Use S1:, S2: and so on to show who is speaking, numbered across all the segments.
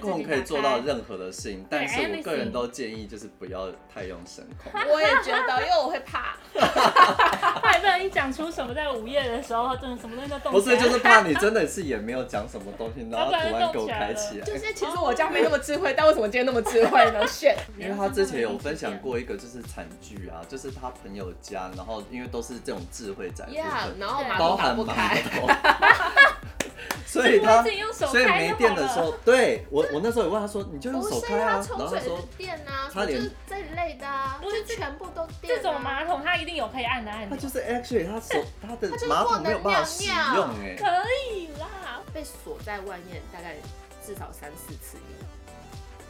S1: 控可以做到任何的事情，但是我个人
S2: everything
S1: 都建议就是不要太用声控。
S3: 我也觉得，因为我会怕。
S2: 怕不然一讲出什么在午夜的时候，真的什么东西都动
S1: 不
S2: 起
S1: 是，
S2: 来
S1: 就是怕你真的是也没有讲什么东西，然后突然给我开起来。
S3: 就是其实我家没那么智慧，但为什么今天那么智慧 呢？炫！
S1: 因为他之前有分享过一个就是惨剧啊，就是他朋友家，然后因为都是这种智慧展示
S3: Yeah，
S1: 的，
S3: 然后马
S1: 包
S3: 桶打
S1: 含
S3: 不
S1: 馒
S3: 开，
S1: 头，所以他
S2: 自己用手
S1: 所以
S2: 开
S1: 没
S2: 就好
S1: 电的时候，对我我那时候也问他说，你就用
S4: 不
S1: 手
S4: 是
S1: 开
S4: 它
S1: 啊，然
S4: 冲
S1: 后他
S4: 水
S1: 说
S4: 的电啊，
S1: 他连
S4: 就是这一类的啊，
S2: 不是
S4: 就全部都电、啊。
S2: 这种马桶它一定有可以按的按
S1: 他
S2: 钮，
S1: 就是 actually 他手他的
S4: 他就是
S1: 马
S4: 不
S1: 桶没有
S4: 能
S1: 办法
S4: 尿
S1: 使
S4: 尿
S1: 用哎、
S2: 可以啦。
S3: 被锁在外面大概至少三四次以上。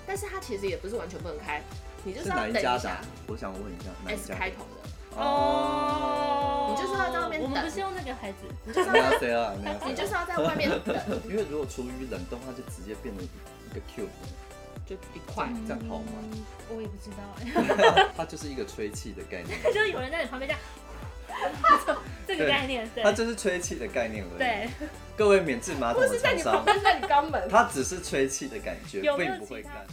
S3: 但是它其实也不是完全不能开，你就是
S1: 是
S3: 要
S1: 哪
S3: 等
S1: 一
S3: 下
S1: 家的啊？我想问一下，哪一
S3: S
S1: 家
S3: 开头的，
S2: 哦，
S3: 你就是要在那边
S2: 我们
S3: 等
S2: 不是用那个孩子，
S3: 你就是
S1: 你
S3: 要
S1: 要谁啊？你要谁？
S3: 哦你就是要在外面等，
S1: 因为如果厨余冷冻，它就直接变成一个 cube，
S3: 就一 块。
S1: 这样好吗？
S2: 嗯我也不知道哎、
S1: 它就是一个吹气的概念，
S2: 就是有人在你旁边这样， 这个概念对
S1: 它就是吹气的概念而已。，
S2: 对，
S1: 各位免治马桶
S3: 或
S1: 的
S3: 是在
S1: 厂
S3: 你旁
S1: 商，
S3: 边，在你肛 门。
S1: 它只是吹气的感觉
S2: 有，没有
S1: 并不会
S2: 其
S1: 干
S2: 他。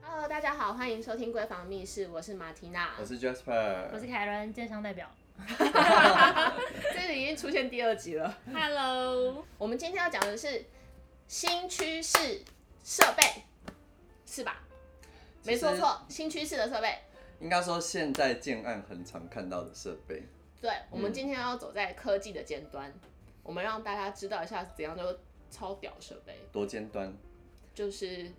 S3: Hello，大家好，欢迎收听《闺房密室》，我是马缇娜。
S1: 我是 Jasper，
S2: 我是凯伦，健商代表。
S3: 这里已经出现第二集了。
S2: Hello，
S3: 我们今天要讲的是新趋势设备，是吧？
S1: 其实
S3: 没说错，新趋势的设备。
S1: 应该说现在建案很常看到的设备，
S3: 对，我们今天要走在科技的尖端，我们让大家知道一下怎样就超屌设备，
S1: 多尖端。
S3: 就是。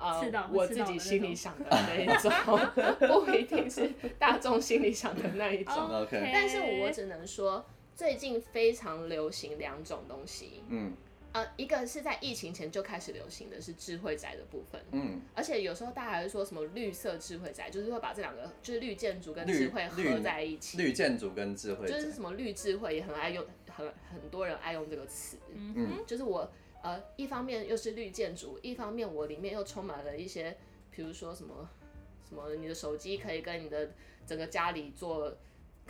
S3: 呃
S2: 刺到，
S3: 我
S2: 刺
S3: 自
S2: 到
S3: 己
S2: 的
S3: 心
S2: 那种
S3: 里想的那一 种，不一定是大众心里想的那一 种。
S2: 哦
S1: OK，
S3: 但是我只能说，最近非常流行两种东西，
S1: 嗯
S3: 呃，一个是在疫情前就开始流行的是智慧宅的部分，
S1: 嗯，
S3: 而且有时候大家还会说什么绿色智慧宅，就是会把这两个就是绿建筑跟
S1: 绿
S3: 智慧
S1: 绿
S3: 合在一起，
S1: 绿建筑跟智慧
S3: 就
S1: 宅
S3: 是什么绿智慧也很爱用，很很多人爱用这个词，
S2: 嗯
S1: 嗯
S2: 哼，
S3: 就是我呃一方面又是绿建筑，一方面我里面又充满了一些，比如说什么什么你的手机可以跟你的整个家里做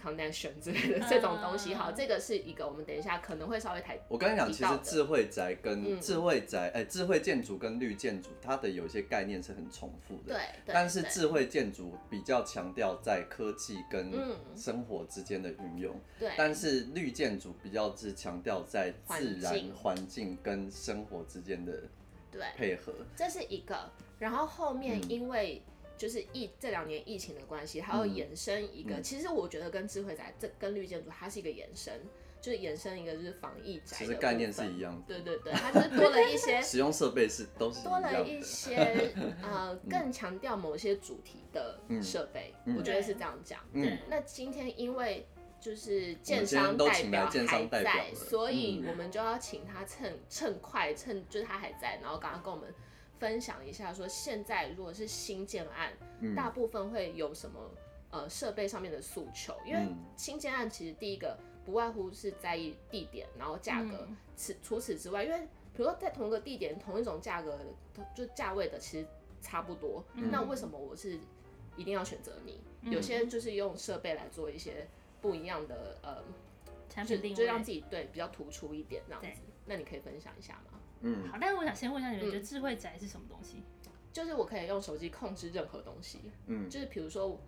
S3: connection 之类的这种东西。
S2: 嗯
S3: 好，这个是一个我们等一下可能会稍微谈。
S1: 我跟你讲，其实
S3: 提到的
S1: 智慧宅跟
S3: 嗯
S1: 智慧宅，哎、智慧建筑跟绿建筑，它的有些概念是很重复的。
S3: 对，对
S1: 但是
S3: 对
S1: 智慧建筑比较强调在科技跟
S3: 嗯
S1: 生活之间的运用，
S3: 对，
S1: 但是绿建筑比较是强调在自
S3: 环
S1: 然
S3: 境
S1: 环境跟生活之间的
S3: 对，
S1: 配合。
S3: 这是一个。然后后面因为就是疫这两年疫情的关系，还有
S1: 嗯
S3: 衍生一个，
S1: 嗯
S3: 其实我觉得跟智慧宅这跟绿建筑它是一个延伸，就是延伸一个就是防疫宅。
S1: 其实概念是一。样的，
S3: 对对对，它就是多了一些
S1: 使用设备是都是一
S3: 多
S1: 样
S3: 了一
S1: 的。
S3: 些呃 更强调某些主题的设备，
S1: 嗯
S3: 我觉得是这样讲。
S1: 嗯，
S3: 那今天因为就是建
S1: 我
S3: 商
S1: 们今天都
S3: 代
S1: 请来
S3: 表
S1: 建
S3: 还
S1: 商代表了
S3: 在，所以
S1: 嗯
S3: 我们就要请他趁趁快趁就是他还在，然后赶快跟我们分享一下，说现在如果是新建案，
S1: 嗯
S2: 嗯
S3: 大部分会有什么呃设备上面的诉求？因为
S1: 嗯
S3: 新建案其实第一个不外乎是在意地点，然后价格。
S2: 嗯
S3: 此除此之外，因为比如说在同一个地点、同一种价格的、同就价位的，其实差不多。
S2: 嗯
S3: 那为什么我是一定要选择你？
S2: 嗯
S3: 有些人就是用设备来做一些不一样的，呃，
S2: 产
S3: 就
S2: 品定
S3: 就让自
S2: 位。
S3: 己对比较突出一点这样
S2: 对
S3: 子。那你可以分享一下吗？
S1: 嗯，
S2: 好，但是我想先问一下你们，
S3: 嗯
S2: 觉得智慧宅是什么东西？
S3: 就是我可以用手机控制任何东西，
S1: 嗯
S3: 就是比如说。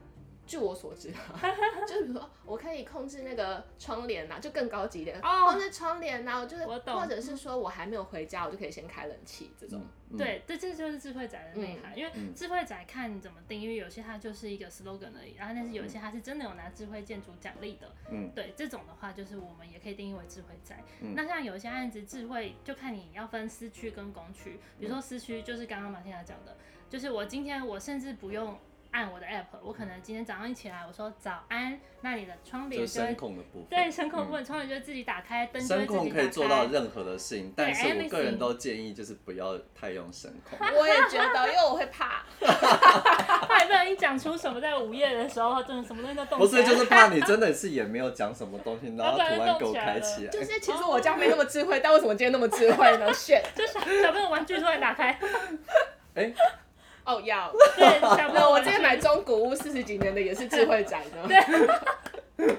S3: 据我所知啊， 就是比如说，我可以控制那个窗帘呐、就更高级一点
S2: 哦
S3: 控制窗帘呐、我就是，
S2: 我懂
S3: 或者是说我还没有回家，我就可以先开冷气这种。
S1: 嗯
S2: 对，这这就是智慧宅的内涵，因为
S1: 嗯
S2: 智慧宅看你怎么定，因为有些它就是一个 slogan 而已，然后但是有一些它是真的有拿智慧建筑奖励的，
S1: 嗯，
S2: 对，这种的话就是我们也可以定义为智慧宅。
S1: 嗯
S2: 那像有一些案子，智慧就看你要分私区跟公区，比
S1: 嗯
S2: 如说私区就是刚刚马天雅讲的，就是我今天我甚至不用按我的 app，我可能今天早上一起来我说早安，那你的窗
S1: 就
S2: 帘
S1: 是
S2: 就会
S1: 声控的部分。
S2: 对声控
S1: 嗯
S2: 部分，窗帘就会自己打开，灯就会
S1: 声
S2: 自己打
S1: 控
S2: 开。
S1: 可以做 到任何的事情，但是我个
S2: everything
S1: 人都建议就是不要太用声控。
S3: 我也觉得，因为我会
S1: 哎
S3: 怕。
S2: 怕不然一讲出什么在午夜的时候，真的什么东西都动
S1: 不
S2: 起
S1: 是，
S2: 来。
S1: 就是怕你真的是也没有讲什么东西， 然后突然给我开起来。
S3: 就是
S2: 哦
S3: 其实我家没那么智慧，但为什么今天那么智慧呢？炫
S2: 就小小朋友玩具突然打 开，
S1: 哎，
S3: 哦要，
S2: 对小朋
S3: 那
S2: 友
S3: 我
S2: 玩
S3: 之
S2: 具啊
S3: 前买中古屋四十几年的也是智慧宅呢。
S2: 对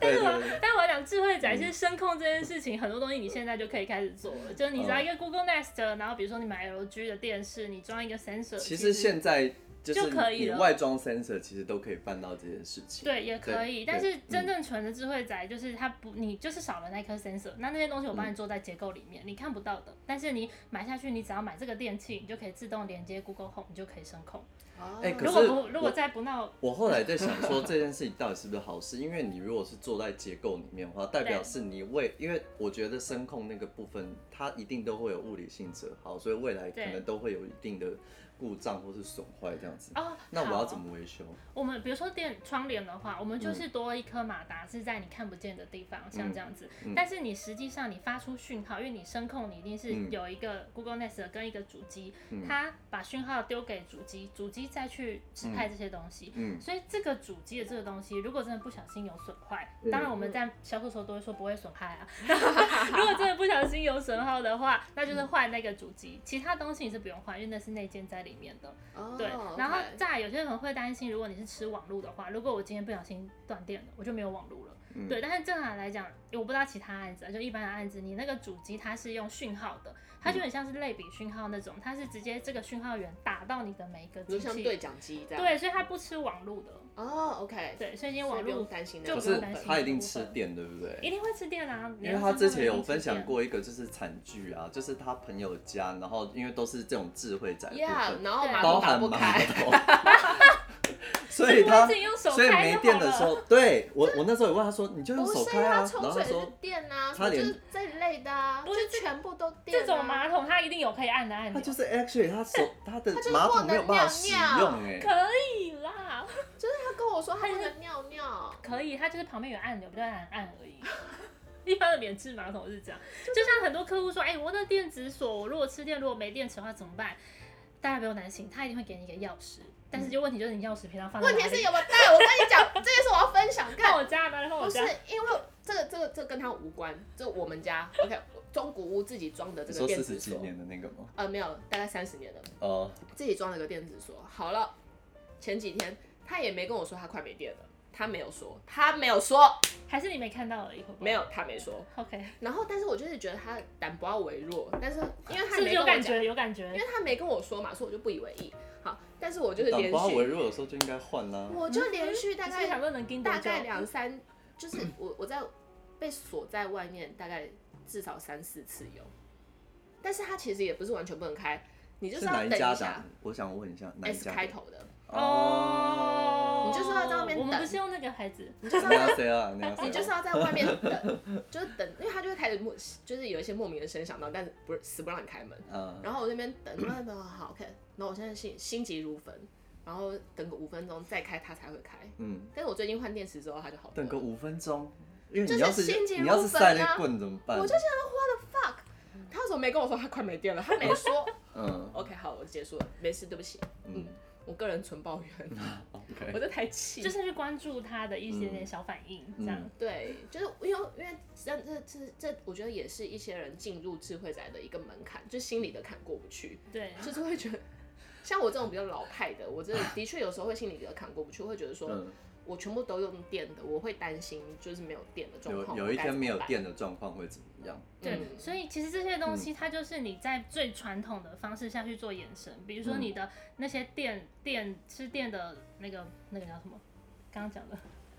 S1: 对对嗯对，
S2: 但我讲智慧宅是声控这件事情，很多东西你现在就可以开始做了，就是你只要一
S1: 嗯
S2: 个 Google Nest，然后比如说你买 LG 的电视，你装一个 sensor，
S1: 其实现在就
S2: 就是可以
S1: 你
S2: 了
S1: 外装 sensor 其实都可以办到这件事情。
S2: 对啊也可以，
S1: 对
S2: 但是
S1: 嗯
S2: 真正纯的智慧宅就是它不，你就是少了那颗 sensor，那那些东西我帮你做在结构里面，你看不到的，但是你买下去，你只要买这个电器，你就可以自动连接 Google Home，你就可以声控。
S1: 哎可
S2: 如
S1: 是
S2: 果不，如果
S1: 我
S2: 再不闹，
S1: 我后来在想说这件事情到底是不是好事，因为你如果是坐在结构里面的话，代表是你为，因为我觉得声控那个部分它一定都会有物理性折耗，所以未来可
S2: 对
S1: 能都会有一定的故障或是损坏这样子。
S2: 哦，
S1: 那我
S2: 好
S1: 要怎么维修？
S2: 我们比如说电窗帘的话，我们就是多一颗马达是在你看不见的地方，像这样子。
S1: 嗯嗯
S2: 但是你实际上你发出讯号，因为你声控你一定是
S1: 嗯
S2: 有一个 Google Nest 跟一个主机，
S1: 嗯
S2: 它把讯号丢给主机，主机再去指派这些东西。
S1: 嗯，
S2: 所以这个主机的这个东西，如果真的不小心有损坏，
S1: 嗯
S2: 当然我们在销售的时候都会说不会损害啊。 如果真的不小心有损耗的话，那就是换那个主机，其他东西你是不用换，因为那是内建在里面的。
S3: 哦
S2: 对，然后再来有些人会担心，如果你是吃网路的话，如果我今天不小心断电了，我就没有网路了。
S1: 嗯
S2: 对，但是正常来讲，我不知道其他案子啊，就一般的案子，你那个主机它是用讯号的，它就
S3: 嗯
S2: 很像是类比讯号那种，它是直接这个讯号源打到你的每一个
S3: 就
S2: 机
S3: 像
S2: 器。
S3: 对讲机这样。
S2: 对，所以它不吃网路的。
S3: 哦，OK，
S2: 对，所以今天
S3: 所以
S2: 网
S3: 不用
S2: 路
S3: 担心那
S2: 就
S3: 个
S1: 可
S2: 不用
S1: 是
S2: 担心
S1: 它
S2: 这
S1: 一
S2: 个
S1: 定
S2: 部
S1: 吃
S2: 分
S1: 电，对不对？
S2: 一定会吃电啊，你
S1: 因
S2: 要
S1: 为他
S2: 上
S1: 之
S2: 班
S1: 前
S2: 一定
S1: 有
S2: 吃
S1: 分享
S2: 电，啊
S1: 过一个，就是惨剧啊，就是他朋友家，然后因为都是这种智慧宅的部
S3: Yeah，
S1: 分，
S3: 然后
S2: 对
S3: 马
S1: 包
S3: 桶打
S1: 含
S3: 不
S1: 马
S3: 开，
S1: 桶， 所
S2: 这
S1: 以
S2: 不会
S1: 他
S2: 自己用手
S1: 所以
S2: 开
S1: 没
S2: 就
S1: 电
S2: 好
S1: 的
S2: 了
S1: 时候，对我我那时候也问他说，你就用
S4: 不
S1: 手
S4: 是
S1: 开
S4: 啊，
S1: 啊，
S4: 冲
S1: 然后他
S4: 水是
S1: 说
S4: 电啊，
S1: 差点
S4: 就是这一类的啊，
S2: 不是
S4: 就全部都电啊。
S2: 这种马桶它一定有可以按的按
S1: 他
S2: 钮，
S1: 就是 actually 他 手他的
S4: 他就是
S1: 马
S4: 不
S1: 桶没有
S4: 能
S1: 办法
S4: 尿
S1: 使
S4: 尿
S1: 用哎，
S2: 可以啦，
S4: 他跟我说他不能尿尿，
S2: 可以，它就是旁边有按钮，不就按按而已。 一般的免治马桶是这样，就像很多客户说，哎、我的电子锁，我如果吃电，如果没电池的话怎么办？大家不用担心，他一定会给你一个钥匙，但是就问题就是你钥匙平常放在
S4: 问
S2: 哪里
S4: 题是有没有带？我跟你讲，这件事我要分享。
S2: 放
S4: 看，
S2: 我家吗？放我
S4: 不是
S2: 家？
S4: 因为
S3: 这个这个这个跟他无关，这我们家 OK，中古屋自己装的
S1: 你
S3: 这个
S1: 说
S3: 电
S1: 四
S3: 子
S1: 十几
S3: 锁，
S1: 年的那个吗？
S3: 呃，没有，大概三十年了，
S1: 哦，
S3: 自己装了个电子锁。好了，前几天他也没跟我说他快没电了，他没有说，他没有说，
S2: 还是你没看到而已？会不会
S3: 没有，他没说。
S2: ？OK，
S3: 然后，但是我就是觉得他胆不要为弱，但是因为他
S2: 是不是
S3: 没跟
S2: 有
S3: 我
S2: 感
S3: 讲，
S2: 觉？有感
S3: 因
S2: 觉
S3: 为？他没跟我说嘛，所以我就不以为意。好，但是我就是
S1: 挡
S3: 连
S1: 包围
S3: 续，
S1: 弱的时候就应该换啦。
S4: 我就连续大
S2: 你是不是
S4: 概
S2: 想说能盯多
S3: 大
S2: 久？
S3: 概两三，就是我我在被锁在外面，大概至少三四次有。但是他其实也不是完全不能开，你就是
S1: 是
S3: 要
S1: 哪
S3: 等
S1: 一
S3: 一
S1: 家的
S3: 下
S1: 啊？我想问一下，哪一
S3: S
S1: 家的？
S3: 开头哦的，
S2: 哦，
S3: 你就是要在那边
S2: 我们
S3: 等
S2: 不是用那个牌子，
S3: 你就是
S1: 你
S3: 要
S1: 要谁啊？你要谁？
S3: 你就是要在外面等，就是等，因为他就会开始莫，就是有一些莫名的声响到，但是不是死不让你开门。
S1: 嗯，
S3: 然后我那边等，慢慢好 OK，然后我现在心心急如焚，然后等个五分钟再开它才会开。
S1: 嗯，
S3: 但是我最近换电池之后它就好多了
S1: 等个五分钟，因为
S3: 就
S1: 你
S3: 是
S1: 要是
S3: 心急
S1: 你要
S3: 如
S1: 是
S3: 焚
S1: 塞那
S3: 啊
S1: 棍怎么办？
S3: 我就想说 what the fuck，他为什么没跟我说他快没电了？他没 说。
S1: 嗯
S3: OK，好，我结束了，没事，对不起，
S1: 嗯
S3: 我个人纯抱怨，
S1: ，OK，
S3: 我这台气。
S2: 就是去关注他的一些点小反应，
S1: 嗯
S2: 这样。
S3: 对，就是因为因为这这这这，我觉得也是一些人进入智慧宅的一个门槛，就心里的坎过不去。
S2: 对，
S3: 就是会觉得，像我这种比较老派的，我真的的确有时候会心里比较坎过不去，会觉得说，
S1: 嗯，
S3: 我全部都用电的，我会担心就是没有电的状
S1: 有
S3: 况。
S1: 有一天没有
S3: 我
S1: 电的状况会怎么样？
S3: 该
S2: 对
S3: 怎么，办，
S2: 所以其实这些东
S3: 嗯
S2: 西它就是你在最传统的方式下去做延伸，比如说
S3: 嗯
S2: 你的那些电电吃电的那个那个叫什么？刚刚讲的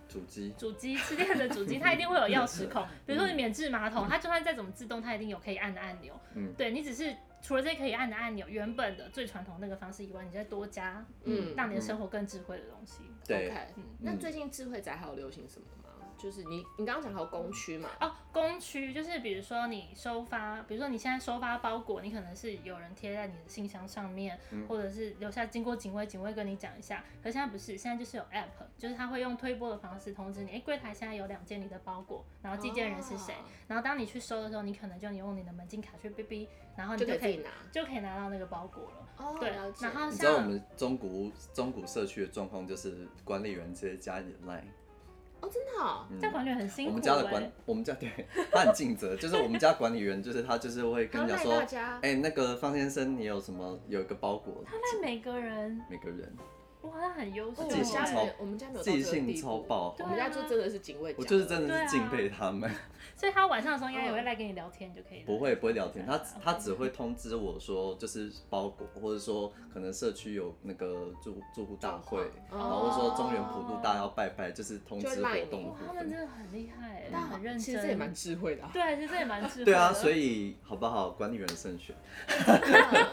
S1: 主机
S2: 主机吃电的 主机，它一定会有钥匙
S3: 嗯
S2: 孔。比如说你免治马桶，它就算再怎么自动，它一定有可以按的按钮。
S1: 嗯
S2: 对你只是除了这些可以按的按钮，原本的最传统那个方式以外，你再多加
S3: 嗯
S2: 让你的生活更智慧的东西。
S1: 对
S3: OK，
S2: 嗯
S3: 那最近智慧宅还有流行什么吗？就是你你刚刚讲到工区嘛，
S2: 哦，公区就是比如说你收发，比如说你现在收发包裹，你可能是有人贴在你的信箱上面，
S3: 嗯
S2: 或者是留下经过警卫，警卫跟你讲一下。可现在不是，现在就是有 app，就是他会用推播的方式通知你，哎、柜台现在有两件你的包裹，然后寄件人是谁，
S3: 哦
S2: 然后当你去收的时候，你可能就你用你的门禁卡去哔哔，然后你
S3: 就可
S2: 就
S3: 以
S2: 可
S3: 自己
S2: 以
S3: 拿。
S2: 就可以拿到那个包裹了。
S3: 哦
S2: 对
S3: 了，解
S2: 然后
S1: 你知道我
S2: 像
S1: 们中古中古社区的状况就是管理员直接加你的 line，
S3: 哦，真的哦，
S2: 这样管理很辛
S1: 我
S2: 苦、
S1: 们
S2: 欸，
S1: 家的管我们家对他很尽责，就是我们家管理员就是他就是会跟
S3: 然
S1: 你讲
S3: 后赖
S1: 说哎
S3: 大，家，
S1: 哎、那个方先生你有什么有一个包裹，
S2: 他赖每个人，
S1: 每个人
S2: 哇，他很优秀
S3: 哦
S2: 哦
S1: 自
S4: 我
S1: 己
S4: 们
S1: 信
S4: 家
S1: 超
S4: 没，我们家没有到
S1: 自己
S4: 这个
S1: 性
S4: 地
S1: 超
S4: 步。
S1: 爆，
S3: 啊
S4: 我们家就真的是警卫，
S1: 我就是真的是敬佩他们，
S2: 所以他晚上的时候应该
S3: 嗯
S2: 也会来跟你聊天，你就可以了
S1: 不会不会聊天，
S3: 啊
S1: 他他只会
S2: OK
S1: 通知我说就是包裹，或者说可能社区有那个住住户大会，
S4: 嗯
S1: 然后说中原普渡
S3: 哦
S1: 大家要拜拜，就是通知
S4: 就会
S1: 活
S4: 赖你
S1: 动的
S2: 哇，
S1: 部
S2: 哦他们
S1: 分。
S2: 真的很厉害，欸
S1: 但
S2: 很认真，
S4: 其实这也蛮智慧的、啊。
S2: 对，其实这也蛮 智慧的。
S1: 对啊，所以好不好？管理员慎选，
S3: 啊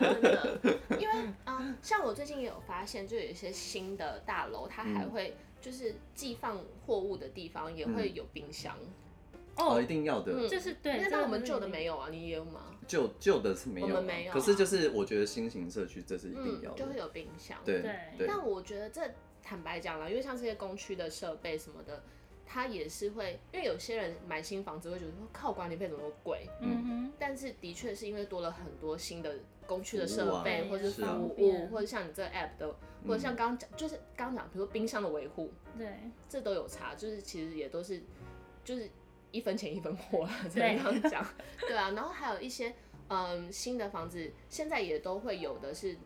S3: 真的，因为嗯、呃像我最近也有发现，就有一些新的大楼，它还
S1: 嗯
S3: 会就是寄放货物的地方也会
S1: 嗯
S3: 有冰箱。
S1: 哦，
S2: 哦
S1: 一，定要的。
S3: 嗯
S2: 就是对，
S3: 那
S2: 这
S3: 那
S2: 个
S3: 我们旧的
S2: 是
S3: 没有啊？你也有吗？
S1: 旧旧的是没有
S3: 我
S1: 啊，
S3: 们没有啊
S1: 可是就是我觉得新型社区这是一定要
S3: 嗯，
S1: 的
S3: 就，会有冰箱。
S1: 对
S2: 对
S1: 对，
S3: 但我觉得这坦白讲了，因为像这些工区的设备什么的，它也是会，因为有些人买新房子会觉得说靠管理费怎么那么贵，
S2: 嗯
S3: 但是的确是因为多了很多新的工区的
S1: 服务
S3: 设
S1: 啊
S3: 备，
S2: 对
S3: 或是
S1: 是
S3: 服
S1: 啊
S3: 务，或者像你这个 app 的，或者
S1: 嗯
S3: 像刚刚讲，就是刚刚讲，比如说冰箱的维护，
S2: 哼，对，
S3: 这都有差，就是其实也都是就是一分钱一分货啦，只
S2: 对
S3: 能这样讲， 对啊，然后还有一些嗯新的房子现在也都会有的是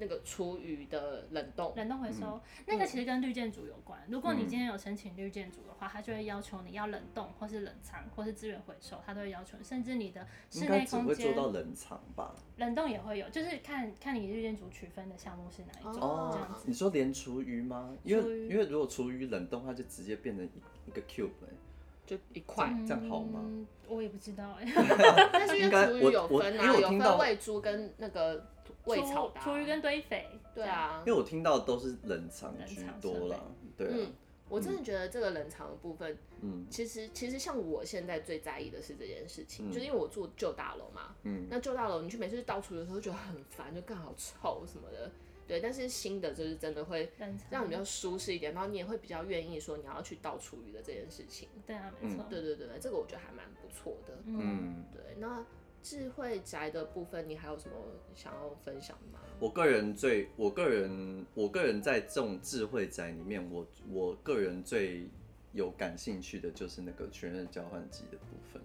S3: 那个厨余的冷冻，
S2: 冷
S1: 嗯
S2: 冻回收、那个其实跟绿建组有关。如果你今天有申请绿建组的话，它就会要求你要冷冻或是冷藏或是资源回收，它都会要求，甚至你的室
S1: 应
S2: 内
S1: 该只
S2: 空
S1: 会做
S2: 间
S1: 到冷藏吧？
S2: 冷冻也会有，就是看看你绿建组区分的项目是哪一种、
S3: 哦
S2: 这样子。
S1: 你说连厨余吗？因
S2: 厨
S1: 为
S2: 余
S1: 因为如果厨余冷冻，它就直接变成一一个 cube 了
S3: 就一块。
S1: 这样好吗
S2: 嗯？我也不知道哎、
S3: 但是因
S1: 应
S3: 为
S1: 该
S3: 厨
S1: 我
S3: 余有
S1: 我
S3: 分
S1: 因
S3: 啊，
S1: 为我
S3: 有
S1: 听到
S3: 分喂猪跟那个喂草的、啊。
S2: 厨余跟嗯堆肥，
S3: 对，啊
S1: 因，为我听到都是冷藏
S2: 冷
S1: 居
S2: 藏
S1: 多啦
S2: 设，
S1: 对啊
S3: 嗯，我真的觉得这个冷藏的部分，
S1: 嗯
S3: 其实其实像我现在最在意的是这件事情，
S1: 嗯
S3: 就是因为我住旧大楼嘛，
S1: 嗯，
S3: 那旧大楼你去每次倒厨的时候觉得很烦，就更好臭什哦么的。对，但是新的就是真的会
S2: 冷藏
S3: 让你比较舒适一点，然后你也会比较愿意说你要去倒厨余的这件事情。
S2: 对啊，没错，
S3: 对对对，对这个我觉得还蛮不错的。
S1: 嗯。
S3: 对，那智慧宅的部分，你还有什么想要分享的吗？
S1: 我个人最，我个人，我个人在这种智慧宅里面，我我个人最有感兴趣的就是那个全任交换机的部分。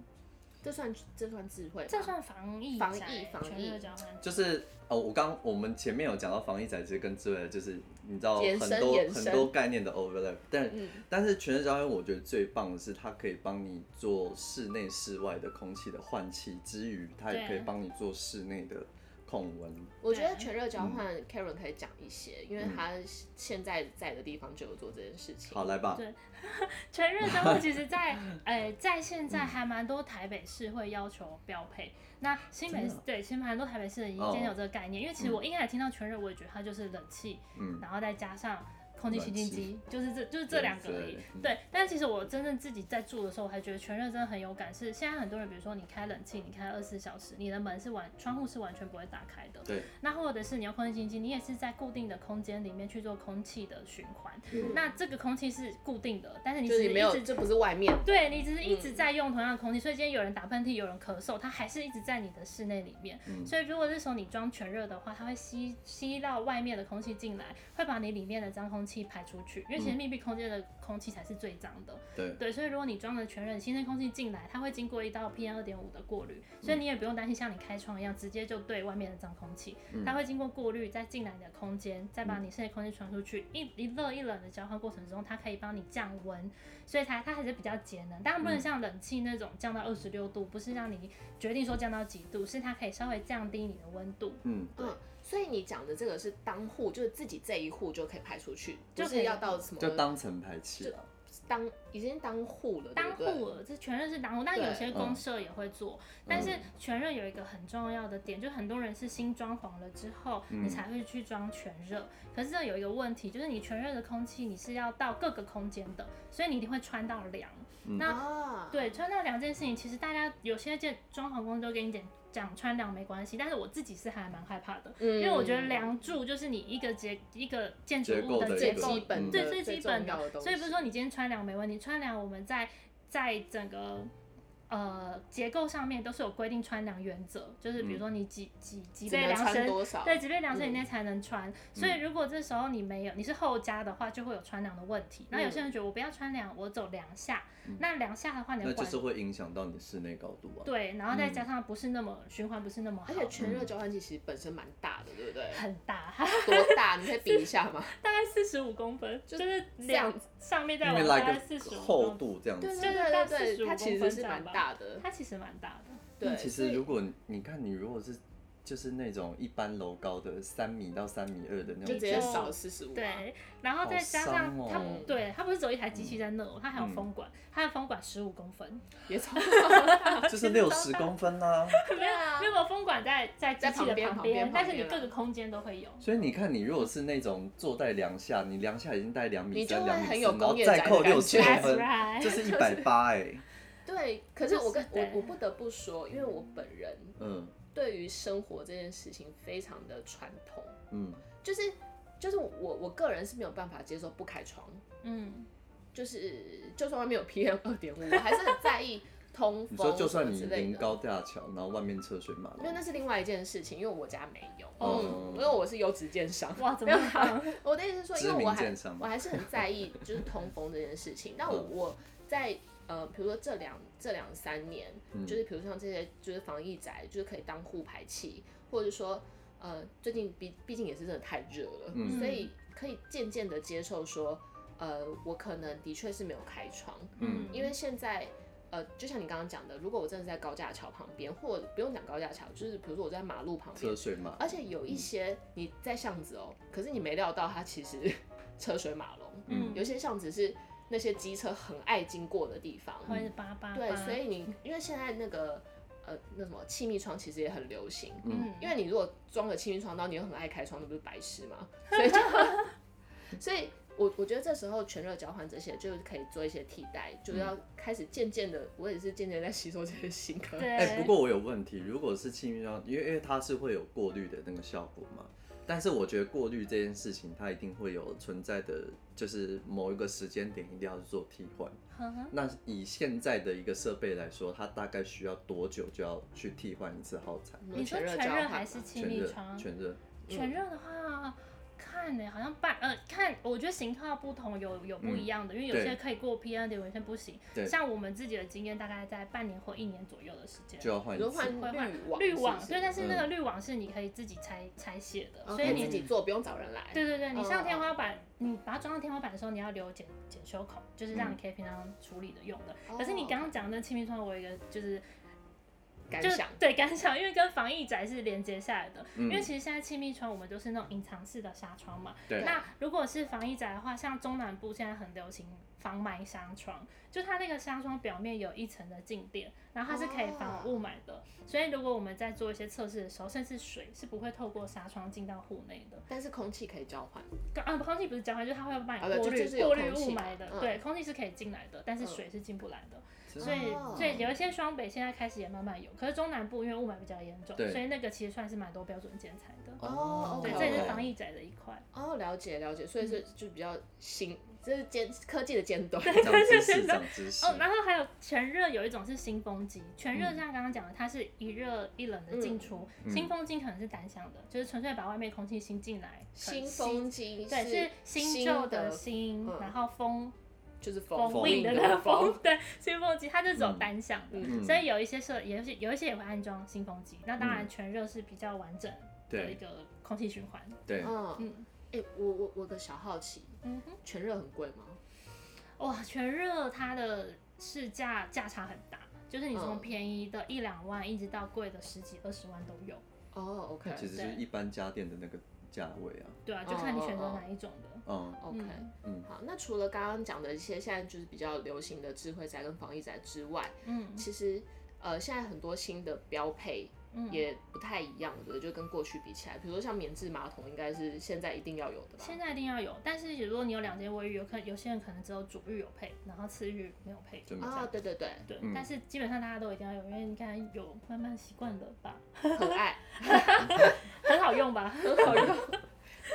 S3: 这算这算智慧吗？
S2: 这算防疫
S3: 防疫
S2: 宅
S3: 防疫
S2: 全热交换
S1: 就是呃，我刚我们前面有讲到防疫宅其实跟之类的，就是你知道
S3: 延
S1: 很
S3: 伸
S1: 多
S3: 延
S1: 很
S3: 伸
S1: 多概念的 overlap，但、
S3: 嗯
S1: 但是全身胶原我觉得最棒的是它可以帮你做室内室外的空气的换气之余，它也
S2: 对
S1: 可以帮你做室内的控温。
S3: 我觉得
S2: 对
S3: 全热交换、Karen 可以讲一些，因为
S1: 嗯
S3: 他现在在的地方就有做这件事情。
S1: 好，来吧
S2: 对，全日交换其实在，呃，在现在还蛮多台北市会要求标配。那新北
S1: 真
S2: 市
S1: 的啊
S2: 对，其实蛮多台北市已经
S1: 哦
S2: 今天有这个概念，因为其实
S1: 嗯
S2: 我一开始听到全日，我也觉得它就是冷气，
S1: 嗯
S2: 然后再加上空气清净机，就是这就是这两个而已
S1: 对。
S2: 对，但其实我真正自己在住的时候，我还觉得全热真的很有感。是现在很多人，比如说你开冷气，你开二十四小时，你的门是完窗户是完全不会打开的。
S1: 对，
S2: 那或者是你用空气清净机，你也是在固定的空间里面去做空气的循环。
S1: 嗯
S2: 那这个空气是固定的，但是你
S3: 就
S2: 只
S3: 是
S2: 是
S3: 你
S2: 一
S3: 没有，
S2: 直
S3: 这不是外面。
S2: 对你只是一直
S1: 嗯
S2: 在用同样的空气，所以今天有人打喷嚏，有人咳嗽，它还是一直在你的室内里面。
S1: 嗯
S2: 所以如果这时候你装全热的话，它会吸吸到外面的空气进来，会把你里面的脏空气排出去，因为其实密闭空间的空气才是最脏的。
S1: 嗯对，
S2: 对，所以如果你装了全热，你新鲜空气进来，它会经过一道 PM 二点五的过滤，
S1: 嗯
S2: 所以你也不用担心像你开窗一样直接就对外面的脏空气，
S1: 嗯
S2: 它会经过过滤再进来你的空间，再把你室内空气传出去，一一热一冷的交换过程中，它可以帮你降温，所以它它还是比较节能，当然不能像冷气那种降到二十六度，不是让你决定说降到几度，是它可以稍微降低你的温度。
S1: 嗯，
S3: 嗯，所以你讲的这个是当户，就是自己这一户就可以排出去，
S2: 就
S3: 就
S2: 可以
S3: 是要到什么
S1: 就当成排气了。
S3: 当已经当户了，
S2: 当
S3: 对不
S2: 户
S3: 对
S2: 了，这全热是当户，但
S3: 对
S2: 有些公
S1: 嗯
S2: 社也会做。但是全热有一个很重要的点，就是很多人是新装潢了之后，你才会去装全热。可是这有一个问题，就是你全热的空气你是要到各个空间的，所以你一定会穿到凉。那
S3: 啊，
S2: 对，穿到凉这件事情，其实大家有些件装潢工作跟你讲讲穿凉没关系，但是我自己是还蛮害怕的，
S3: 嗯，
S2: 因为我觉得梁柱就是你一个结一个建筑
S1: 结
S2: 物
S1: 构
S2: 的
S1: 的
S2: 结
S3: 最
S1: 一个
S2: 构
S3: 基本的、
S2: 对最
S3: 最
S2: 基本
S3: 重要
S2: 的
S3: 的东西，
S2: 所以不是说你今天穿凉没问题，穿凉我们在在整个呃结构上面都是有规定穿凉原则，就是比
S1: 嗯
S2: 如说你几、几几
S3: 只
S2: 倍
S3: 能
S2: 量
S3: 穿
S2: 身，
S3: 多少？嗯
S2: 对，几倍量身以内才能穿。所
S1: 嗯
S2: 以如果这时候你没有，你是后加的话，就会有穿凉的问题。那有
S1: 嗯
S2: 些人觉得我不要穿凉，我走凉下，那凉下的话你
S1: 那
S2: 要
S1: 就
S2: 管
S1: 是会影响到你室内高度啊。
S2: 对，然后再加上不是那么、循环不是那么好，
S3: 而且全热交换器其实本身蛮大的，对不对？
S2: 很大，它
S3: 多大？你可以比一下吗？
S2: 大概四十五公分，就是两
S3: 这样
S2: 上面再
S1: 因为
S2: 往
S1: 来
S2: 下大概四十
S1: 个
S2: 五
S1: 厚
S2: 公分，
S1: 度这样子。
S2: 对对
S3: 对
S2: 大概
S3: 对对，
S2: 45
S3: 它其实是
S2: 公分
S3: 蛮
S2: 这样吧
S3: 大的。
S2: 它其实蛮大的。
S3: 对，
S1: 其
S3: 所
S1: 实
S3: 以
S1: 如果你你看，你如果是就是那种一般楼高的三米到三米二的那种
S3: 就直接
S1: 建筑，
S3: 少四十五。，啊
S2: 对，然后再加
S1: 好
S2: 上
S1: 伤哦嗯
S2: 它，对，它不是只有一台机器在那哦，它还有风管，它的风管十五公分，
S3: 也超
S1: 就是六十公分 啦、
S2: 没有
S3: 啊
S2: 没有风管在在机
S3: 在
S2: 器
S3: 旁
S2: 的
S3: 边
S2: 旁
S3: 旁边
S2: 边，但是
S3: 旁
S2: 你
S3: 边
S2: 各
S3: 啊
S2: 个空间都会 有。
S1: 所以你看，你如果是那种坐在梁下，你梁下已经带两米
S3: 你就
S1: 三、
S3: 会
S1: 两米
S3: 很
S1: 四，
S3: 有
S1: 然后
S3: 工业
S1: 再
S3: 宅的
S1: 扣
S3: 感
S1: 六十
S3: 觉啊
S1: 公
S2: That's
S1: 分，
S2: right，
S1: 这是一百八哎，
S3: 对，可是我跟
S2: 就是
S3: 我
S2: 的
S3: 我不得不说，因为我本人
S1: 嗯
S3: 对于生活这件事情非常的传统，
S1: 嗯，
S3: 就是就是我我个人是没有办法接受不开窗，
S2: 嗯，
S3: 就是就算外面有 PM 二点五，我还是很在意通
S1: 你说
S3: 风
S1: 就
S3: 什
S1: 算
S3: 么
S1: 你
S3: 之类
S1: 临
S3: 的。
S1: 高架桥，然后外面车水马
S3: 因为那
S1: 龙，
S3: 是另外一件事情，因为我家没有，
S1: 哦
S3: 嗯，因为我是优质鉴赏，
S2: 哇，怎么样？
S3: 我的意思是说，因
S1: 知
S3: 为
S1: 名
S3: 我还
S1: 建商
S3: 我还是很在意就是 通风这件事情。但我
S1: 嗯
S3: 我在呃，比如说这两这两三年，
S1: 嗯
S3: 就是比如像这些就是防疫宅，就是可以当护排气，或者说呃，最近毕毕竟也是真的太热了，
S1: 嗯
S3: 所以可以渐渐的接受说，呃，我可能的确是没有开窗，
S1: 嗯
S3: 因为现在。呃，就像你刚刚讲的，如果我真的在高架桥旁边，或不用讲高架桥，就是比如说我在马路旁
S1: 车，
S3: 边
S1: 水马，
S3: 而且有一些你在巷子哦，可是你没料到它其实 车水马龙，
S1: 嗯
S3: 有一些巷子是那些机车很爱经过的地方。
S2: 或者是八八八，
S3: 对，所以你因为现在那个呃那什么气密窗其实也很流行，
S2: 嗯，
S3: 因为你如果装了气密窗，然后你又很爱开窗，那不是白 痴吗？所以就，所以我我觉得这时候全热交换这些就是可以做一些替代，就是要开始渐渐的，我也是渐渐在吸收这些新科。
S2: 对，
S1: 哎、不过我有问
S2: 嗯
S1: 题，如果是气密窗，因为因为它是会有过滤的那个效果嘛，但是我觉得过滤这件事情，它一定会有存在的，就是某一个时间点一定要去做替换。
S2: 哼哼
S1: 那以现在的一个设备来说，它大概需要多久就要去替换一次耗材？
S2: 你说
S3: 热
S2: 全
S3: 交啊
S2: 热
S3: 换
S2: 还
S3: 嘛
S2: 是气
S1: 全
S2: 密
S1: 热
S2: 窗，？
S1: 全热，
S3: 嗯
S2: 全热的话，看呢、好像半呃，看我觉得型号不同有有不一样的，因为有
S1: 对
S2: 些可以过 P N 点，有些不行。
S1: 对
S2: 像我们自己的经验，大概在半年或一年左右的时间
S1: 就。要换
S3: 你
S1: 一
S3: 说
S1: 次
S3: 换。
S2: 会换
S3: 滤网，
S2: 滤
S3: 是不
S2: 网
S3: 是
S2: 对，但是那个
S1: 嗯
S2: 滤网是你可以自己拆拆卸的，
S3: 哦
S2: 所以
S3: 可
S2: 你
S3: 自己做，不用找人来。
S2: 对对对，你
S3: 嗯
S2: 上天
S3: 嗯
S2: 花板，你把它装到天花板的时候，你要留检检修口，就是让你可以平常处理的用的。
S3: 嗯哦
S2: 可是你刚刚讲的那气密窗，我有一个就是
S3: 感
S2: 就是
S3: 想
S2: 对感想，因为跟防疫宅是连接下来的。
S1: 嗯
S2: 因为其实现在气密窗我们都是那种隐藏式的纱窗嘛。
S1: 对
S2: 那如果是防疫宅的话，像中南部现在很流行防霾纱窗，就它那个纱窗表面有一层的静电，然后它是可以防雾霾的。
S3: 哦
S2: 所以如果我们在做一些测试的时候，甚至水是不会透过纱窗进到户内的。
S3: 但是空气可以交换，
S2: 跟啊，空气不是交换，就是它会帮
S3: 啊
S2: 你
S3: 对
S2: 过
S3: 就
S2: 滤、
S3: 就是有
S2: 过滤
S3: 空气
S2: 雾
S3: 嘛
S2: 霾的。
S3: 嗯
S2: 对，空气是可以进来的，但是
S3: 嗯
S2: 水是进不来的。
S1: 真的
S2: 所以，
S3: 哦
S2: 所以有一些双北现在开始也慢慢有，可是中南部因为雾霾比较严重，
S1: 对
S2: 所以那个其实算是蛮多标准建材的。
S3: 哦
S2: 对，
S3: OK，
S2: 这也是
S3: OK
S2: 防疫宅的一块。
S3: 哦，了解了解，所以是
S2: 嗯
S3: 就比较新，这是尖科技的尖端。
S1: 长知 识，长知识。
S2: 哦，然后还有全热有一种是新风机，全热像刚刚讲的，它是一热一冷的进出，新风机可能是单向的，就是纯粹把外面空气新进来。
S3: 新
S2: 可能
S3: 风机
S2: 对是新旧的
S3: 的，
S2: 新，
S3: 嗯
S2: 然后风
S3: 就是
S2: 风
S1: 风
S2: wind
S1: 力
S2: 的
S1: 的
S2: 那个 风
S3: 风，，
S2: 对，新风机它就只有单向的，
S3: 嗯
S1: 嗯
S2: 所以有一些设，有一些有一些也会安装新风机。那当然，
S1: 嗯
S2: 全热是比较完整的一
S1: 对
S2: 个空气循环。
S1: 对，
S3: 嗯，
S2: 嗯
S3: 哎，我我我有个小好奇，
S2: 嗯哼，
S3: 全热很贵吗？
S2: 哇，全热它的市价价差很大，就是你从
S3: 嗯
S2: 便宜的一两万，一直到贵的十几二十万都有。
S3: 哦
S1: 那
S3: ，OK
S1: 其实就是一般家电的那个价位啊。
S2: 对啊，就看你选择
S3: 哦哦哦
S2: 哪一种的。
S1: 嗯，
S3: OK，
S1: 嗯
S3: 好，那除了刚刚讲的一些现在就是比较流行的智慧宅跟防疫宅之外，
S2: 嗯
S3: 其实呃现在很多新的标配
S2: 嗯，
S3: 也不太一样，我觉得就跟过去比起来，比如说像棉质马桶，应该是现在一定要有的吧？
S2: 现在一定要有，但是如果你有两间卫浴，有可有些人可能只有主浴有配，然后次浴没有配，
S1: 就没
S2: 这样
S3: 哦，对对对，
S2: 对，
S1: 嗯
S2: 但是基本上大家都一定要有，因为你看有慢慢习惯了 吧，
S3: 很爱。
S2: 很好用 吧？
S3: 很好用。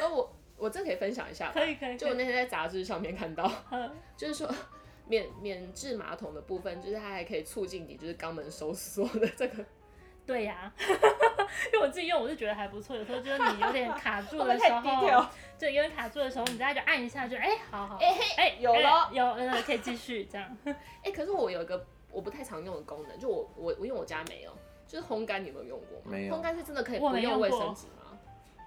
S3: 呃，我我这可以分享一下吧，
S2: 可以可以，
S3: 就我那天在杂志上面看到，
S2: 嗯
S3: 就是说免免治马桶的部分，就是它还可以促进你就是肛门收缩的这个，
S2: 对呀、 因为我自己用我是觉得还不错，有时候就是你有点卡住的时
S3: 太低调
S2: 候，对，有点卡住的时候，你大家就按一下就，哎、好好，哎、哎、
S3: 有了
S2: 有呃，可以继续这 样。
S3: 哎、可是我有一个我不太常用的功能，就我我我因为我家没有，就是烘干，你有没有用过吗？
S1: 没有
S3: 烘干是真的可以
S2: 我
S3: 不
S2: 没用
S3: 卫
S2: 过
S3: 生纸吗？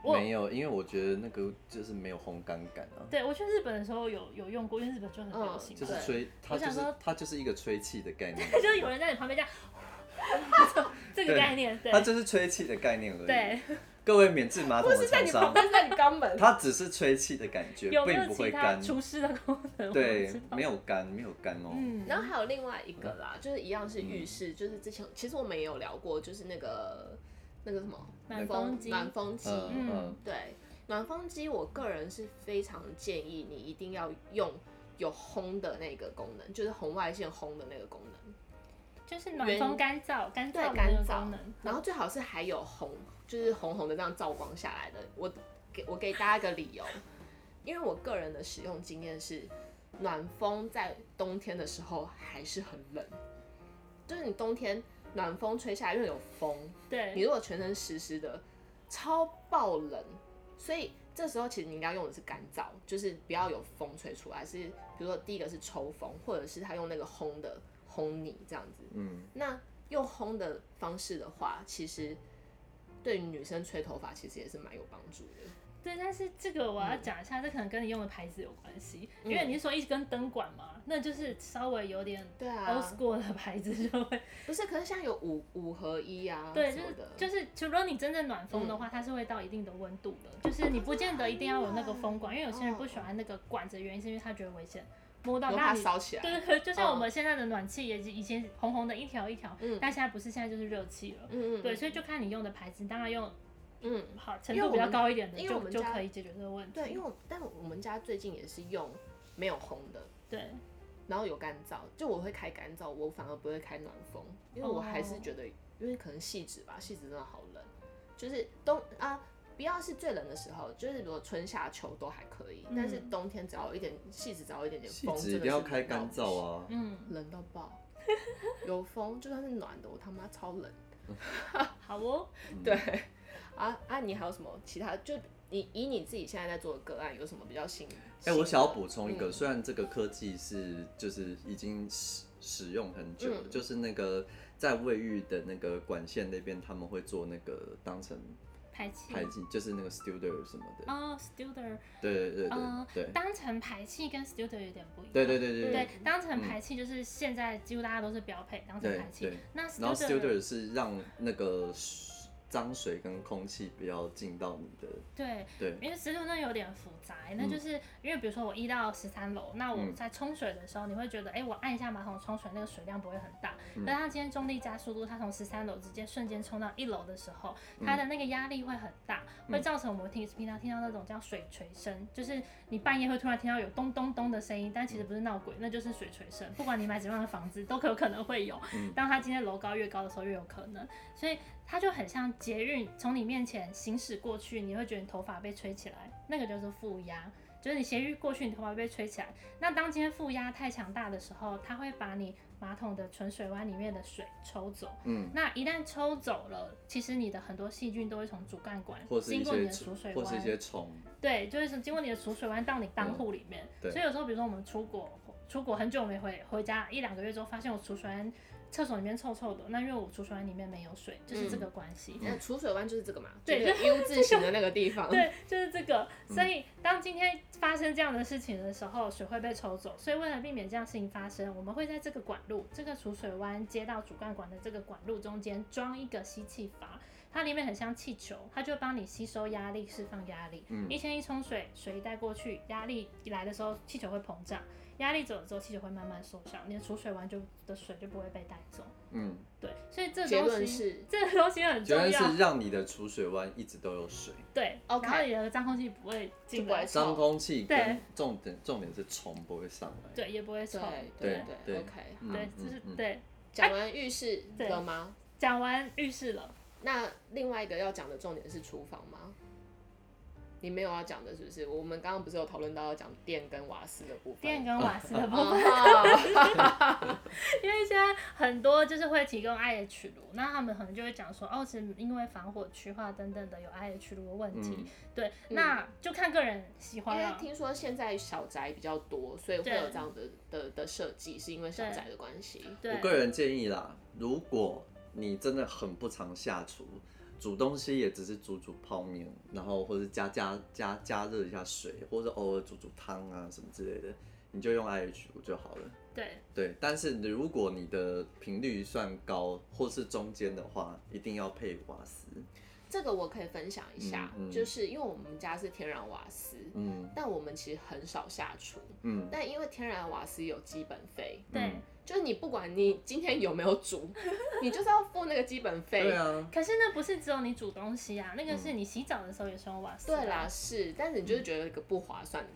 S2: 我
S1: 没有，因为我觉得那个就是没有烘干感啊，
S2: 对我去日本的时候有有用过，因为日本
S3: 嗯
S2: 就很流行嘛，
S1: 就是
S3: 对
S1: 吹，它
S2: 我
S1: 就
S2: 想
S1: 是
S2: 说
S1: 它就是一个吹气的概念，
S2: 就是有人在你旁边这样，这个概念，对
S1: 它就是吹气的概念而已。
S2: 对，
S1: 各位免治马桶的厂商，
S3: 在你肛门，
S1: 它只是吹气的感觉，
S2: 有没
S1: 并
S2: 有
S1: 不
S2: 其
S1: 会
S2: 他
S1: 干。
S2: 除湿的功能？
S1: 对，没
S2: 有，
S1: 有干，没有干哦。
S2: 嗯，
S3: 然后还有另外一个啦，就是一样是浴室，就是之前其实我们也有聊过，就是那个那个什么
S2: 暖
S3: 风
S2: 风机，
S3: 暖风机，
S1: 嗯嗯
S2: 嗯，
S3: 对，暖风机我个人是非常建议你一定要用有烘的那个功能，就是红外线烘的那个功能，
S2: 就是暖风干燥，干
S3: 对
S2: 燥的，
S3: 干
S2: 那个
S3: 燥
S2: 功能，，
S3: 然后最好是还有红，就是红红的这样照光下来的。我给我给大家一个理由，因为我个人的使用经验是，暖风在冬天的时候还是很冷，就是你冬天暖风吹下来，因为有风，你
S2: 对，
S3: 如果全身湿湿的，超爆冷，所以这时候其实你应该用的是干燥，就是不要有风吹出来，是比如说第一个是抽风，或者是他用那个烘的烘你这样子。
S1: 嗯，
S3: 那用烘的方式的话，其实对于女生吹头发其实也是蛮有帮助的。
S2: 对，但是这个我要讲一下，这可能跟你用的牌子有关系，因
S3: 嗯
S2: 为你是说一根灯管嘛，那就是稍微有点
S3: 对
S2: old
S3: 啊，
S2: school 的牌子就会，
S3: 不是，可是现在有五五合一啊，
S2: 对，
S3: 什
S2: 就
S3: 么
S2: 是
S3: 的，嗯
S2: 就是，除了你真正暖风的话，它是会到一定的温度的，就是你不见得一定要有那个风管，因为有些人不喜欢那个管子，的原因是因为他觉得危险，摸到
S3: 我
S2: 那
S3: 怕
S2: 里。
S3: 烧起来。
S2: 对对对，就像
S3: 嗯
S2: 我们现在的暖气也是以前红红的一条一条，
S3: 嗯
S2: 但现在不是，现在就是热气了。
S3: 嗯嗯，
S2: 对，所以就看你用的牌子，当然用
S3: 嗯。
S2: 好程
S3: 因
S2: 度
S3: 为我
S2: 比较
S3: 们
S2: 高一点的
S3: 因为
S2: 就
S3: 我们
S2: 就
S3: 家
S2: 可以解决这个问题。
S3: 对，因为我但我们家最近也是用没有烘的，
S2: 对
S3: 然后有干燥，就我会开干燥，我反而不会开暖风，因为我还
S2: 哦
S3: 是觉得，因为可能细纸吧，细纸真的好冷，就是冬啊，不要是最冷的时候，就是如果春夏秋都还可以，
S2: 嗯
S3: 但是冬天只要有一点细纸，只要有一点点
S1: 气
S3: 风，
S1: 质一定要开干燥，啊。
S2: 嗯，
S3: 冷到爆， 有风就算是暖的，我他妈超冷。
S2: 好哦，
S3: 对，啊啊，你还有什么其他？就你以你自己现在在做的个案，有什么比较新？
S1: 哎、
S3: 新
S1: 我
S3: 的
S1: 想要补充一个，
S3: 嗯
S1: 虽然这个科技是就是已经使使用很久了，
S3: 嗯
S1: 就是那个在卫浴的那个管线那边，他们会做那个当成
S2: 排气。
S1: 排气，就是那个 studer 什么的。
S2: 嗯哦 s t u d e r
S1: 对对对对
S2: 嗯
S1: 对
S2: 当成排气跟 s t u d e r 有点不一样。
S1: 对对对对
S2: 对
S1: 对。，嗯
S2: 当成排气就是现在几乎大家都是标配，当成排
S1: 对
S2: 气
S1: 对。
S2: 那
S1: 然后
S2: studer
S1: studer 是让那个脏水跟空气不要进到你的，
S2: 对，
S1: 对
S2: 因为 studer 那有点复杂，欸那就是因为比如说我一到十三楼，那我
S1: 嗯
S2: 在冲水的时候，你会觉得，哎，我按一下马桶冲水，那个水量不会很大。
S1: 嗯
S2: 但它今天重力加速度，它从十三楼直接瞬间冲到一楼的时候，
S1: 嗯
S2: 它的那个压力会很大，会造成我们听平常听到那种叫水锤声，就是你半夜会突然听到有咚咚咚的声音，但其
S1: 嗯
S2: 实不是闹鬼，那就是水锤声。不管你买怎么样的房子，都可有可能会有。
S1: 嗯
S2: 当它今天楼高越高的时候，越有可能。所以它就很像捷运从你面前行驶过去，你会觉得你头发被吹起来，那个就是负压。就是你斜运过去，你头发被吹起来。那当今天负压太强大的时候，它会把你马桶的纯水弯里面的水抽走。
S1: 嗯，
S2: 那一旦抽走了，其实你的很多细菌都会从主干管
S1: 或是
S2: 经
S1: 一
S2: 过你
S1: 些
S2: 的储水
S1: 或
S2: 弯，
S1: 是一些虫，
S2: 对，就是从经过你的储水弯到你当户里面。
S1: 对
S2: 所以有时候，比如说我们出国，出国很久没回回家，一两个月之后，发现我储水弯厕所里面臭臭的，那因为我储水弯里面没有水，就是这个
S1: 嗯
S2: 关系。
S3: 那储水湾就是这个嘛，
S2: 对
S3: 就是 U 字形的那个地方。
S2: 对，就是这个。所以当今天发生这样的事情的时候，水会被抽走。所以为了避免这样事情发生，我们会在这个管路、这个储水弯接到主干管的这个管路中间装一个吸气阀，它里面很像气球，它就帮你吸收压力、释放压力。
S1: 嗯
S2: 一天一冲水，水一带过去，压力一来的时候，气球会膨胀。压力走了之后，气球会慢慢缩小，你的储水弯就的水就不会被带走。
S1: 嗯，
S2: 对，所以这
S3: 结
S2: 东
S3: 论
S2: 西，
S3: 是，
S2: 这个东西很
S1: 主
S2: 重
S1: 要
S2: 要。
S1: 是让你的储水湾一直都有水。
S2: 对
S3: OK
S2: 然后你的脏空气不会进
S3: 不会
S2: 来，
S3: 臭
S1: 脏空气
S2: 对
S1: 跟重点重点是虫不会上来。
S2: 对，也不会臭。
S3: 对
S1: 对
S3: 对
S1: 对
S3: ，OK。
S1: 嗯，
S2: 对，
S1: 嗯
S2: 就是
S1: 嗯
S2: 对。
S3: 讲完浴室
S2: 对
S3: 了吗？
S2: 讲完浴室了，
S3: 那另外一个要讲的重点是厨房吗？你没有要讲的，是不是？我们刚刚不是有讨论到要讲电跟瓦斯的部分？
S2: 电跟瓦
S1: 哦
S2: 斯的部分，
S3: 哦，
S2: 因为现在很多就是会提供 IH 炉，那他们可能就会讲说，哦，是因为防火区化等等的有 IH 炉的问题。
S1: 嗯
S2: 对，那就看个人喜
S3: 因
S2: 欢
S3: 为
S2: 了。
S3: 听说现在小宅比较多，所以会
S2: 对
S3: 有这样的的的设计，是因为小宅的关系。
S2: 嗯对
S1: 我，个人建议啦，如果你真的很不常下厨，煮东西也只是煮煮泡面，然后或者加加加加热一下水，或者偶尔煮煮汤啊什么之类的，你就用 IH 五就好了。
S2: 对，
S1: 对，但是如果你的频率算高或是中间的话，一定要配瓦斯。
S3: 这个我可以分享一下，
S1: 嗯嗯
S3: 就是因为我们家是天然瓦斯，
S1: 嗯
S3: 但我们其实很少下厨。
S1: 嗯，
S3: 但因为天然瓦斯有基本费，
S2: 对
S1: 嗯
S3: 就是你不管你今天有没有煮，你就是要付那个基本费。
S1: 对啊，
S2: 可是那不是只有你煮东西啊，那个
S1: 嗯
S2: 是你洗澡的时候也是啊用瓦斯。
S3: 对啦，，是，但是你就是觉得一个不划算的。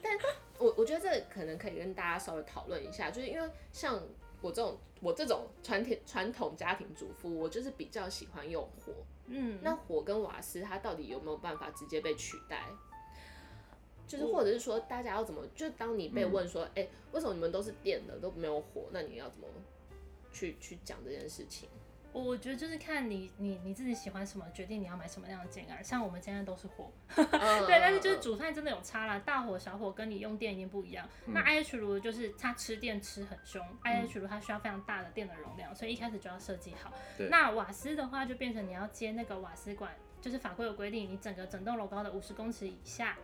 S3: 但我我觉得这可能可以跟大家稍微讨论一下，就是因为像我这种我这种传统传统家庭主妇，我就是比较喜欢用火。
S2: 嗯，
S3: 那火跟瓦斯它到底有没有办法直接被取代？就是
S2: 我
S3: 或者是说，大家要怎么？就当你被问说，哎、为什么你们都是电的都没有火？那你要怎么去去讲这件事情？
S2: 我我觉得就是看你你你自己喜欢什么，决定你要买什么样的煎饵。像我们现在都是火， 对，
S3: 对
S2: 但是就是煮饭真的有差啦，大火小火跟你用电已经不一样。那 IH 炉就是它吃电吃很凶、i h 炉它需要非常大的电的容量，所以一开始就要设计好
S1: 对。
S2: 那瓦斯的话就变成你要接那个瓦斯管，就是法规有规定，你整个整栋楼高的五十公尺以下。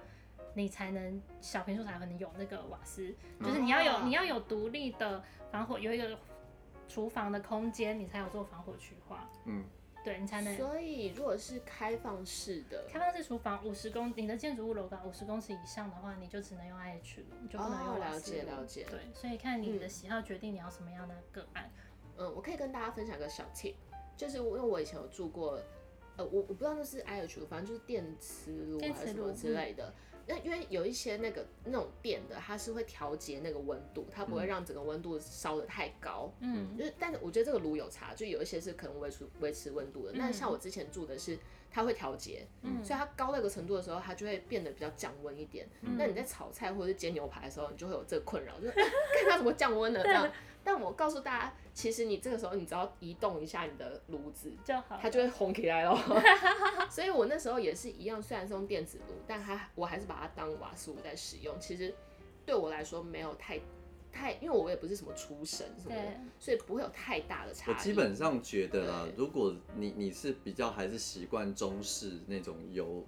S2: 你才能小平数才能有那个瓦斯，就是你要有、
S3: 哦
S2: 你要有独立的防火，有一个厨房的空间，你才有做防火区划，
S1: 嗯，
S2: 对你才能
S3: 所以如果是开放式的，
S2: 开放式厨房五十公，你的建筑物楼高五十公尺以上的话，你就只能用 IH 炉，你就不能
S3: 哦
S2: 用瓦
S3: 了
S2: 斯
S3: 解
S2: 炉
S3: 了解
S2: 对，所以看你的喜好决定你要什么样的个案。
S3: 嗯，我可以跟大家分享个小 tip，就是因为我以前有住过，呃，我我不知道那是 IH 炉，反正就是电磁炉
S2: 电
S3: 还
S2: 磁
S3: 是什
S2: 炉
S3: 么之类的。那因为有一些那个那种电的，它是会调节那个温度，它不会让整个温度烧得太高。
S2: 嗯，
S3: 就是，但是我觉得这个炉有差，就有一些是可能维持维持温度的，但像我之前住的是它会调节，
S2: 嗯
S3: 所以它高到一个程度的时候，它就会变得比较降温一点。
S2: 嗯
S3: 那你在炒菜或者是煎牛排的时候，你就会有这个困扰，就是 看它怎么降温了这样。 但我告诉大家，其实你这个时候你只要移动一下你的炉子，
S2: 就好了。
S3: 它就会红起来了。 所以我那时候也是一样，虽然是用电子炉，但它我还是把它当瓦斯炉在使用。其实对我来说没有太太，因为我也不是什么厨神什么
S2: 对
S3: 的，所以不会有太大的差
S1: 我
S3: 异。
S1: 基本上觉得啦
S3: 对，
S1: 如果你你是比较还是习惯中式那种油，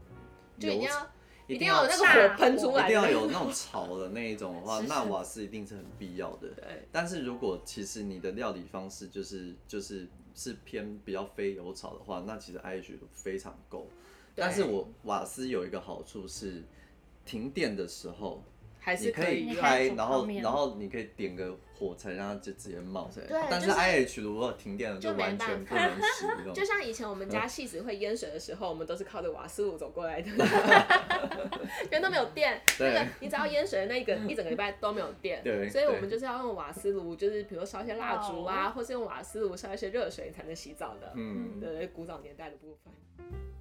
S3: 就一定
S1: 油
S3: 要
S1: 一
S3: 一定
S1: 要
S3: 要有那个
S2: 大
S3: 火喷出
S1: 一
S3: 来，
S1: 定要有那种炒的那一种的话，
S2: 是是
S1: 那瓦斯一定是很必要的。
S3: 对，
S1: 但是如果其实你的料理方式就是就是是偏比较非油炒的话，那其实 IH 都非常够。
S3: 对
S1: 但是我瓦斯有一个好处是，停电的时候
S3: 还
S1: 你
S3: 是
S1: 可以
S3: 以用。
S1: 开，
S2: 你可以煮
S1: 然后
S2: 泡面
S1: 然后你可以点个火柴，让它就直接冒出来。
S3: 对
S1: 但是
S3: 就是
S1: IH 如果停电了，
S3: 就没
S1: 完全
S3: 办
S1: 不
S3: 法
S1: 能使用。
S3: 就像以前我们家戏子会淹水的时候，我们都是靠着瓦斯炉走 过来的，因为都没有电。那
S1: 对
S3: 个你只要淹水的那一个一整个礼拜都没有电，
S1: 对
S3: 所以我们就是要用瓦斯炉，就是比如烧一些蜡烛啊，或是用瓦斯炉烧一些热水，你才能洗澡的。
S1: 嗯
S3: 对，古早年代的部分。